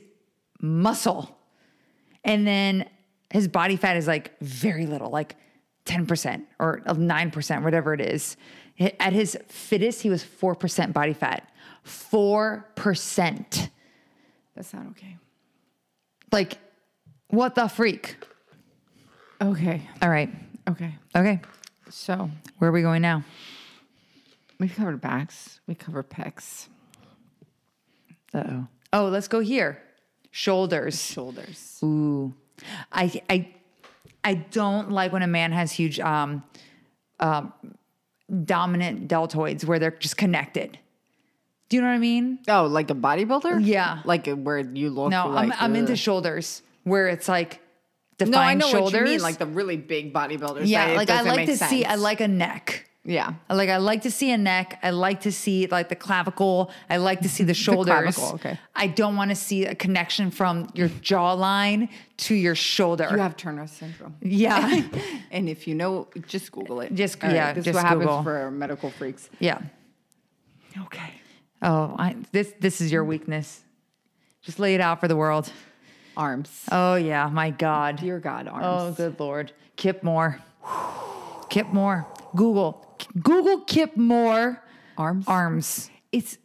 muscle, and then his body fat is like very little, like ten percent or nine percent, whatever it is. Hi- At his fittest, he was four percent body fat. Four percent,
That's not okay.
like what the freak?
Okay.
All right,
Okay.
okay.
So
Where are we going now?
we covered backs. We covered pecs,
oh. Oh, let's go here. Shoulders.
shoulders.
Ooh. I I I don't like when a man has huge um um dominant deltoids where they're just connected. Do you know what I mean?
Oh, like a bodybuilder?
Yeah.
Like uh, where you look.
No, I'm
like,
I'm into
ugh.
shoulders where it's like defined
No, I know
shoulders.
what you mean. Like the really big bodybuilders.
yeah,
that it
like I
doesn't
like
make
to see I
sense.
like a neck.
Yeah.
Like I like to see a neck. I like to see like the clavicle. I like to see the shoulders.
clavicle, okay.
I don't want to see a connection from your jawline to your shoulder.
You have Turner syndrome.
yeah.
And if you know, just Google it.
Just-
All right,
yeah,
This
just
is what
Google.
happens for medical freaks.
yeah.
Okay.
Oh, I, this this is your weakness. Just lay it out for the world.
Arms.
Oh yeah, my God.
Dear God,
Oh,
arms.
good lord. Kip Moore. Kip Moore. Google. Google Kip Moore
Arms.
arms.
It's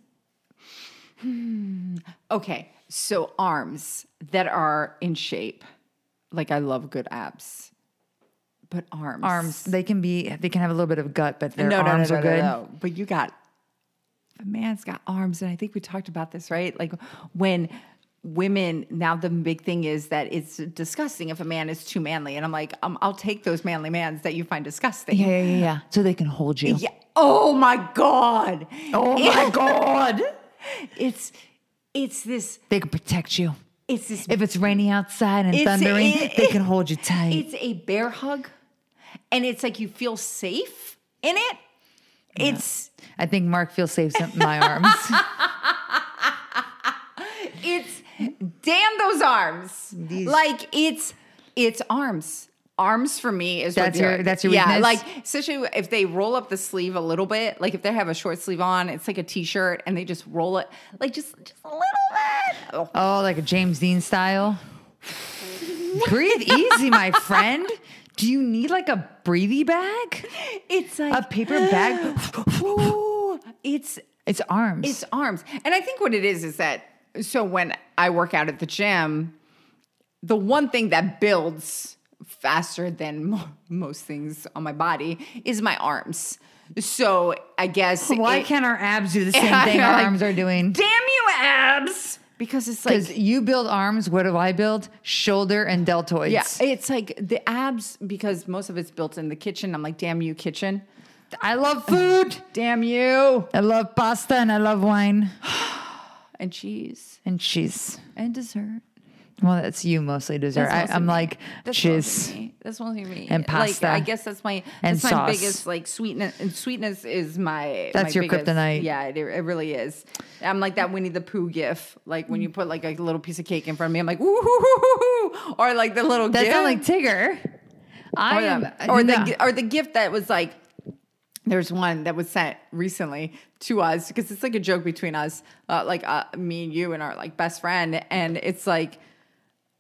Hmm. okay. So arms that are in shape. Like I love good abs, but arms.
Arms. They can be they can have a little bit of gut, but their
No, no,
arms
no,
are
no,
good.
No, no. But you got a man's got arms, and I think we talked about this, right? Like when women now the big thing is that it's disgusting if a man is too manly, and I'm like, um, I'll take those manly mans that you find disgusting.
Yeah, yeah, yeah, yeah. So they can hold you.
Yeah. Oh my god.
Oh my God.
It's it's this
They can protect you.
it's this
If it's rainy outside and
It's-
thundering,
it-
they can hold you tight.
It's a bear hug, and it's like you feel safe in it. It's
I think Mark feels safe in my arms.
it's damn those arms. Like it's it's arms. Arms for me is what
That's your-
they're-
that's your
yeah.
weakness?
Like especially if they roll up the sleeve a little bit, like if they have a short sleeve on, it's like a t-shirt, and they just roll it like just just a little bit. Oh,
Oh, like a James Dean style. Breathe easy, my friend. Do you need like a breathy bag?
it's like
A paper bag?
Ooh, it's
It's arms.
It's arms. And I think what it is is that so when I work out at the gym, the one thing that builds faster than mo- most things on my body is my arms. So I guess
Why
it-
can't our abs do the same thing our
Like,
arms are doing?
Damn you, abs! Because it's like
Because you build arms, what do I build? Shoulder and deltoids.
yeah, it's like the abs because most of it's built in the kitchen. I'm like, damn you, kitchen.
I love food.
Damn you.
I love pasta and I love wine
And cheese
and cheese.
and dessert.
Well, that's you mostly dessert.
That's mostly
I, I'm
me.
like
That's
cheese.
mostly me. That's mostly me.
And pasta.
Like, I guess that's my
And
that's my
sauce.
biggest like sweetness. And sweetness is my
That's
my
your
biggest-
kryptonite.
Yeah, it, it really is. I'm like that Winnie the Pooh gif. Like when you put like a little piece of cake in front of me, I'm like woo hoo hoo hoo hoo, or like the little
That's
gif.
not like Tigger. I
or,
am. uh,
the, or, the,
no.
gi- or the gift that was like there's one that was sent recently to us because it's like a joke between us uh, like uh, me and you and our like best friend and it's like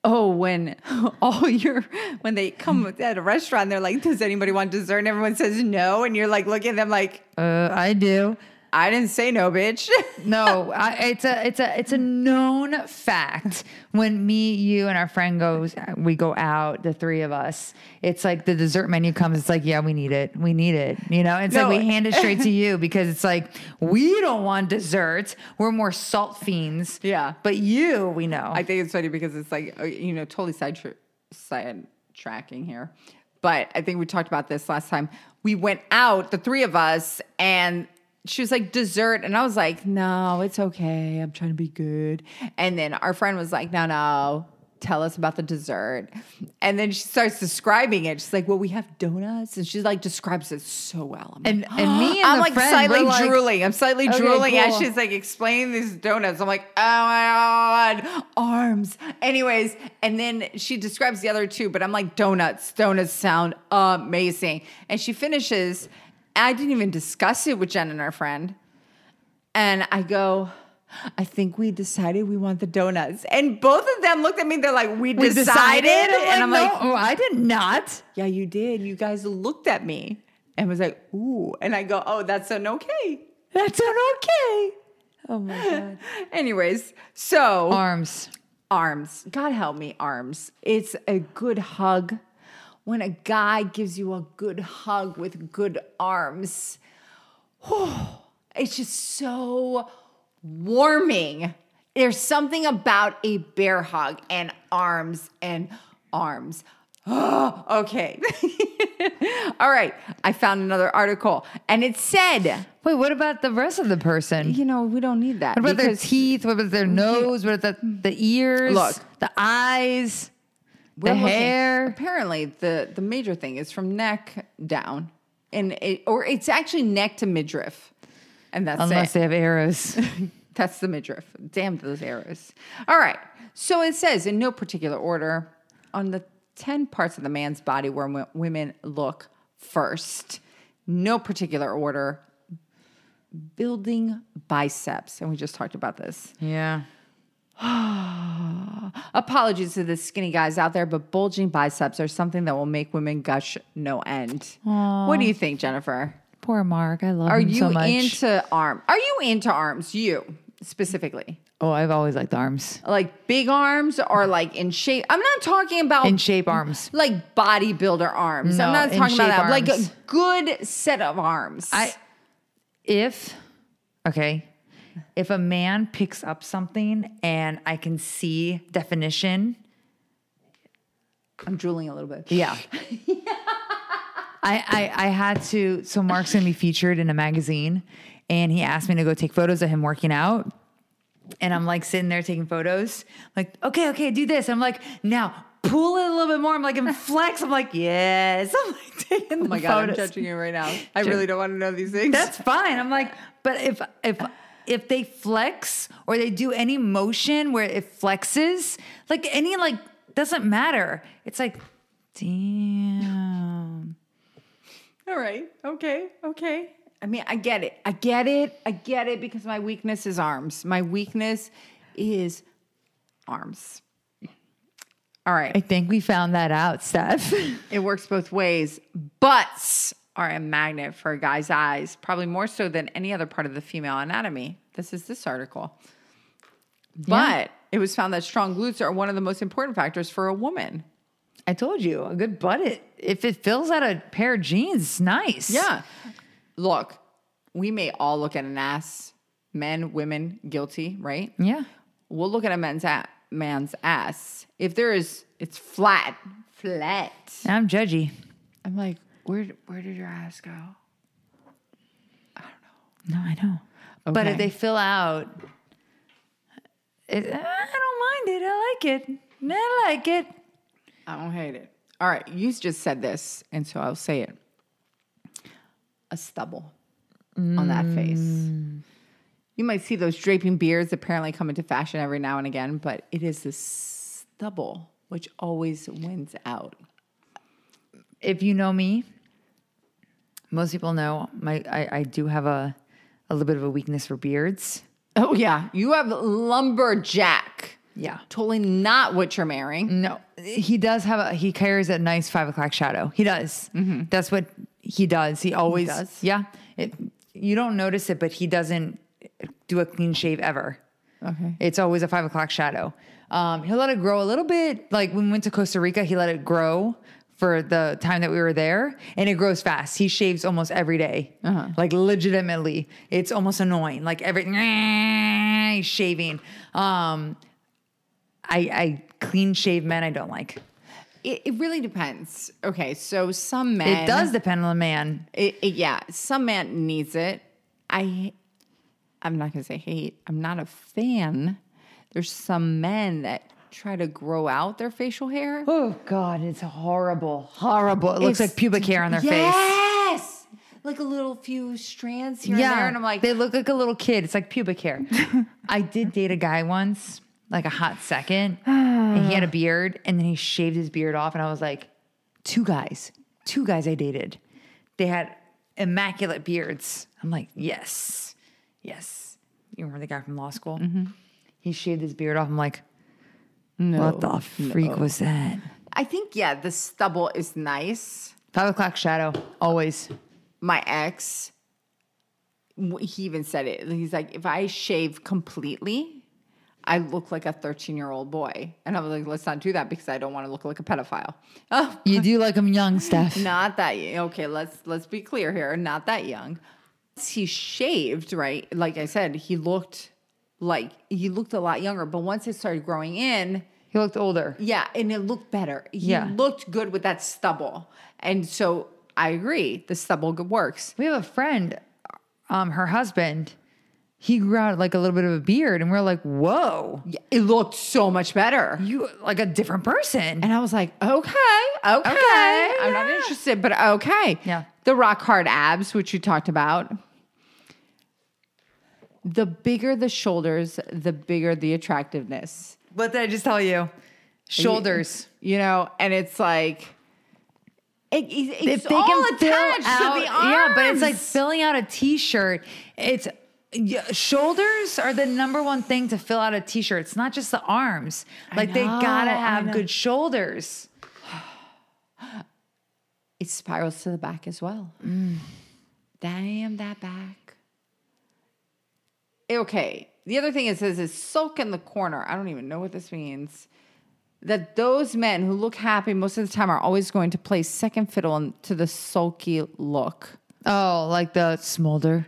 oh when all your when they come at a restaurant they're like does anybody want dessert and everyone says no and you're like looking at them like
Uh, I do.
i didn't say no bitch
No, I, it's a it's a it's a known fact. When me, you, and our friend goes, we go out, the three of us. It's like the dessert menu comes. It's like, yeah, we need it. We need it. You know, it's
No.
like we hand it straight to you because it's like we don't want dessert. We're more salt fiends.
Yeah.
but you, we know.
I think it's funny because it's like uh, you know totally side tr- side tracking here, but I think we talked about this last time. We went out, the three of us, and she was like dessert, and I was like, no, it's okay, I'm trying to be good. And then our friend was like, no, no, tell us about the dessert. And then she starts describing it. She's like, well, we have donuts. And she like describes it so well. I'm like,
And and me and
I'm
the
like
friend,
slightly
we're like,
drooling. I'm slightly
Okay,
drooling as
cool.
she's like explaining these donuts. I'm like, oh my god, arms. Anyways, and then she describes the other two, but I'm like, donuts. Donuts sound amazing. And she finishes. I didn't even discuss it with Jen and our friend. And I go, I think we decided we want the donuts. And both of them looked at me. They're like, we
We
decided. and I'm like,
no, oh, I did not.
yeah, you did. You guys looked at me and was like, ooh. And I go, oh, that's an okay.
That's not okay. Oh my god.
Anyways, so
Arms.
arms. God help me, arms. It's a good hug. When a guy gives you a good hug with good arms, it's just so warming. There's something about a bear hug and arms and arms. Oh, okay. All right. I found another article and it said,
Wait, what about the rest of the person?
you know, we don't need that.
What about their
because-
teeth? What about their nose? What about the, the ears?
Look.
The eyes.
We're
The
looking-
hair.
Apparently, the the major thing is from neck down, and it, or it's actually neck to midriff, and that's
Unless
it.
they have arrows.
That's the midriff. Damn those arrows. All right. So it says in no particular order on the ten parts of the man's body where wo- women look first. No particular order. Building biceps, and we just talked about this.
yeah.
Apologies to the skinny guys out there, but bulging biceps are something that will make women gush no end. What do you think, Jennifer?
Poor Mark. I love
Are
him
you
Mm, so much.
into arm? Are you into arms? You specifically,
oh, I've always liked arms.
like big arms or like in shape? I'm not talking about
In shape arms.
like bodybuilder arms. I'm
No,
not
in
talking about
shape
that. Like a
arms.
good set of arms.
I if okay, if a man picks up something and I can see definition,
I'm drooling a little bit.
yeah. I, I I had to so Mark's gonna be featured in a magazine and he asked me to go take photos of him working out. And I'm like sitting there taking photos, like, okay, okay, do this. I'm like, now pull it a little bit more. I'm like, and flex. I'm like, yes. I'm like taking the
Oh my god, I'm
photos.
judging you right now. I
Sure.
really don't want to know these things.
That's fine. I'm like, but if if if they flex or they do any motion where it flexes, like any like doesn't matter. It's like, damn.
All right. Okay. Okay. I mean, I get it. I get it. I get it because my weakness is arms. My weakness is arms. All
I
right.
think we found that out, Steph.
It works both ways. Butts are a magnet for a guy's eyes, probably more so than any other part of the female anatomy. This is this article. But it was found that strong glutes are one of the most important factors for a woman.
I told you, a good butt. It if it fills out a pair of jeans, it's nice.
Yeah. Look, we may all look at an ass, men, women, guilty, right?
yeah.
we'll look at a man's a- man's ass. If there is, it's flat, flat.
I'm judgy.
I'm like, where where did your ass go?
No, I know. But
Okay.
if they fill out, it, I don't mind it. I like it. I like it.
I don't hate it. All right, you just said this, and so I'll say it. A stubble on that face. You might see those draping beards apparently come into fashion every now and again, but it is the stubble which always wins out.
if you know me, most people know my I, I do have a a little bit of a weakness for beards.
Oh yeah, you have lumberjack.
Yeah.
Totally not what you're marrying.
No, he does have a he carries a nice five o'clock shadow. He does. That's what he does. Mm-hmm. He always
does?
Yeah. It, you don't notice it, but he doesn't do a clean shave ever.
Okay.
It's always a five o'clock shadow. Um, he'll let it grow a little bit. Like when we went to Costa Rica, he let it grow for the time that we were there, and it grows fast. He shaves almost every day. like legitimately. It's almost annoying. Like every he's shaving. Um, I, I clean shave men. I don't like.
It, it really depends. Okay, so some
It
men
does depend on the man.
It, it- yeah, some man needs it. I, I'm not gonna say hate. I'm not a fan. There's some men that try to grow out their facial hair.
Oh God, it's horrible, horrible. It looks
It's-
like pubic hair on their face.
Yes. Like a little few strands here and there. And I'm like,
they look like a little kid. It's like pubic hair. I did date a guy once, like a hot second, and he had a beard, and then he shaved his beard off, and I was like, two guys, two guys I dated, they had immaculate beards. I'm like, yes, yes. You remember the guy from law school?
Mm-hmm.
He shaved his beard off. I'm like, what the freak was that?
I think, yeah, the stubble is nice.
Five o'clock shadow, always.
My ex, w- he even said it. He's like, if I shave completely, I look like a 13 year old boy. And I was like, let's not do that because I don't want to look like a pedophile. Oh,
You do like them young, Steph.
not that y- okay let's let's be clear here not that young he shaved right like i said he looked like he looked a lot younger but once it started growing in
He looked older.
yeah and it looked better he
Yeah.
looked good with that stubble and so i agree the stubble g- works
We have a friend, um, her husband, he grew out like a little bit of a beard, and we're like, whoa,
Yeah, it looked so much better
you like a different person.
and i was like okay okay,
Okay,
i'm not
yeah.
interested but okay
Yeah.
the rock hard abs which you talked about the bigger the shoulders the bigger the attractiveness
What did I just tell you? Shoulders.
you know, and it's like it, it- it's
if they
all
can fill
attached
out,
to the arms.
yeah, but it's like filling out a t-shirt. It's yeah, shoulders are the number one thing to fill out a t-shirt. It's not just the arms. Like they gotta
know, I
have
know.
good shoulders.
it spirals to the back as well. Damn that back. Eh, Okay. The other thing it says is sulk in the corner. I don't even know what this means. That those men who look happy most of the time are always going to play second fiddle in- to the sulky look.
Oh, like the smolder.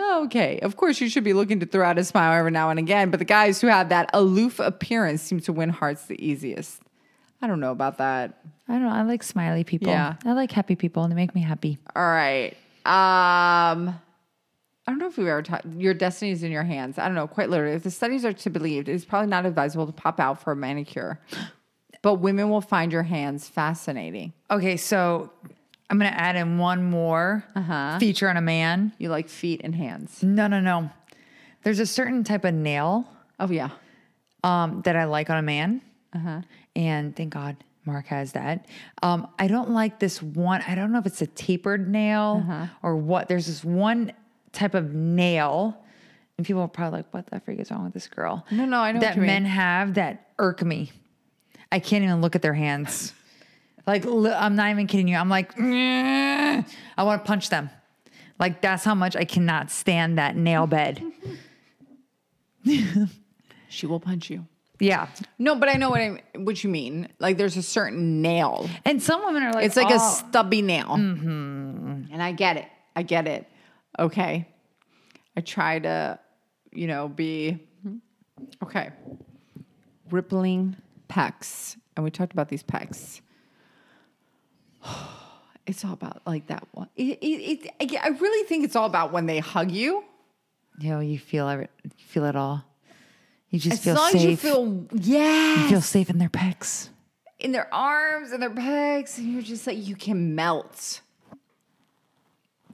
Okay, of course you should be looking to throw out a smile every now and again, but the guys who have that aloof appearance seem to win hearts the easiest. I don't know about that.
I don't know. I like smiley people.
Yeah.
I like happy people, and they make me happy.
All right. Um I don't know if we've ever talked. Your destiny is in your hands. I don't know, quite literally. If the studies are to be believed, it's probably not advisable to pop out for a manicure. But women will find your hands fascinating.
Okay, so I'm gonna add in one more feature on a man.
You like feet and hands.
No, no, no. There's a certain type of nail
Oh, yeah.
um, that I like on a man, and thank God Mark has that. Um, I don't like this one. I don't know if it's a tapered nail or what. There's this one type of nail, and people are probably like, "What the freak is wrong with this girl?"
No, no, I know what
that
you mean.
men have that irk me. I can't even look at their hands. Like li- I'm not even kidding you. I'm like, "Mm." I want to punch them. Like that's how much I cannot stand that nail bed.
She will punch you.
Yeah,
No, but I know what I what you mean. Like there's a certain nail.
and some women are like,
It's like a
"Oh." Mm-hmm.
stubby nail. And I get it. I get it. Okay. I try to, you know, be okay. Rippling pecs. And we talked about these pecs. It's all about like that one. It, it, it, I really think it's all about when they hug you.
you know, you feel every, you feel it all. You just
As
feel
long
safe.
as you feel, yeah,
You feel safe in their pecs.
in their arms and their pecs, and you're just like, you can melt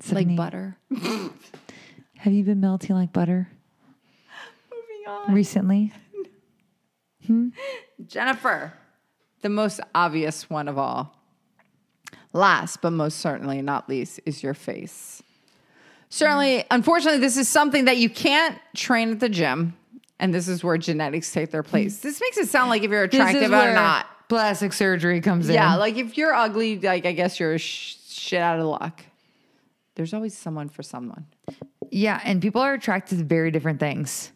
Sydney,
like butter.
Have you been melting like butter
Moving on.
recently?
Jennifer, the most obvious one of all. Last, but most certainly not least, is your face. Certainly, unfortunately, this is something that you can't train at the gym, and this is where genetics take their place. Mm. This makes it sound like if you're attractive or not.
Plastic surgery comes
Yeah,
in.
like if you're ugly, like I guess you're sh- shit out of luck. There's always someone for someone.
yeah, and people are attracted to very different things.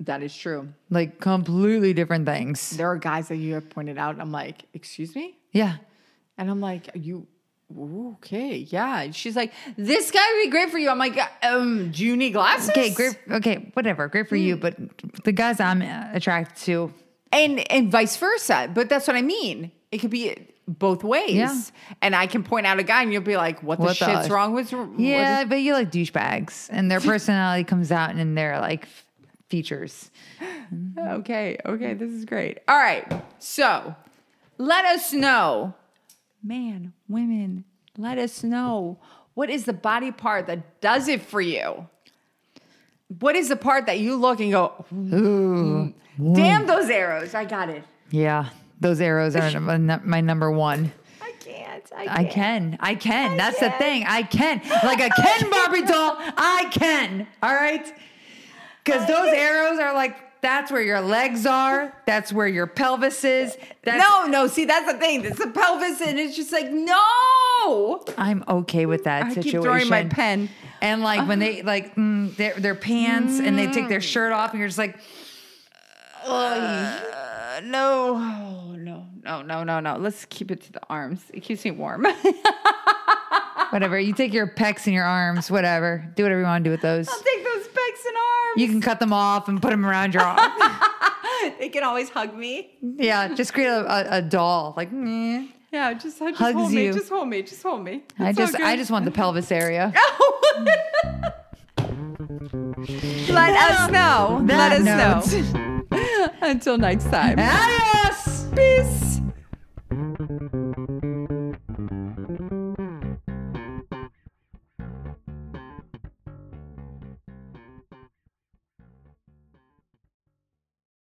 That is true.
Like completely different things.
There are guys that you have pointed out. I'm like, excuse me,
Yeah.
And I'm like, you okay? Yeah. And she's like, this guy would be great for you. I'm like, um, do you need glasses?
Okay, great. Okay, whatever. Great for you, but the guys I'm uh, attracted to,
And and vice versa. But that's what I mean. It could be both ways.
Yeah.
And I can point out a guy, and you'll be like, what the
What the-
shit's wrong with? what
yeah,
is-
but you like douchebags, and their personality comes out, and they're like features.
Okay, okay, this is great. All right, so let us know, man, women, let us know what is the body part that does it for you. What is the part that you look and go, "Hmm, damn those arrows? I got it.
Yeah, those arrows are my nu- my number one.
I can't.
I can. I can. That's the thing. I can. Like a Ken Barbie doll, I can. All right? Because those arrows are like, that's where your legs are. That's where your pelvis is. That's,
No, no. See, that's the thing. It's the pelvis, and it's just like, no.
I'm okay with that
I keep
situation.
throwing my pen.
And like when they, like, mm, their, their pants and they take their shirt off, and you're just like,
Uh, no, Oh, no, no, no, no, no. Let's keep it to the arms. It keeps me warm.
whatever. You take your pecs and your arms, whatever. Do whatever you want to do with those.
I'll take those pecs and arms.
You can cut them off and put them around your arm.
they can always hug me.
yeah, just create a, a, a doll. Like, meh.
Yeah, just, just
Hugs
hold me.
you.
Just hold me. Just hold me.
I
It's all
just I
good.
just want the pelvis area.
let us know.
That
Let us
note.
know. Until next time.
Adios.
Peace.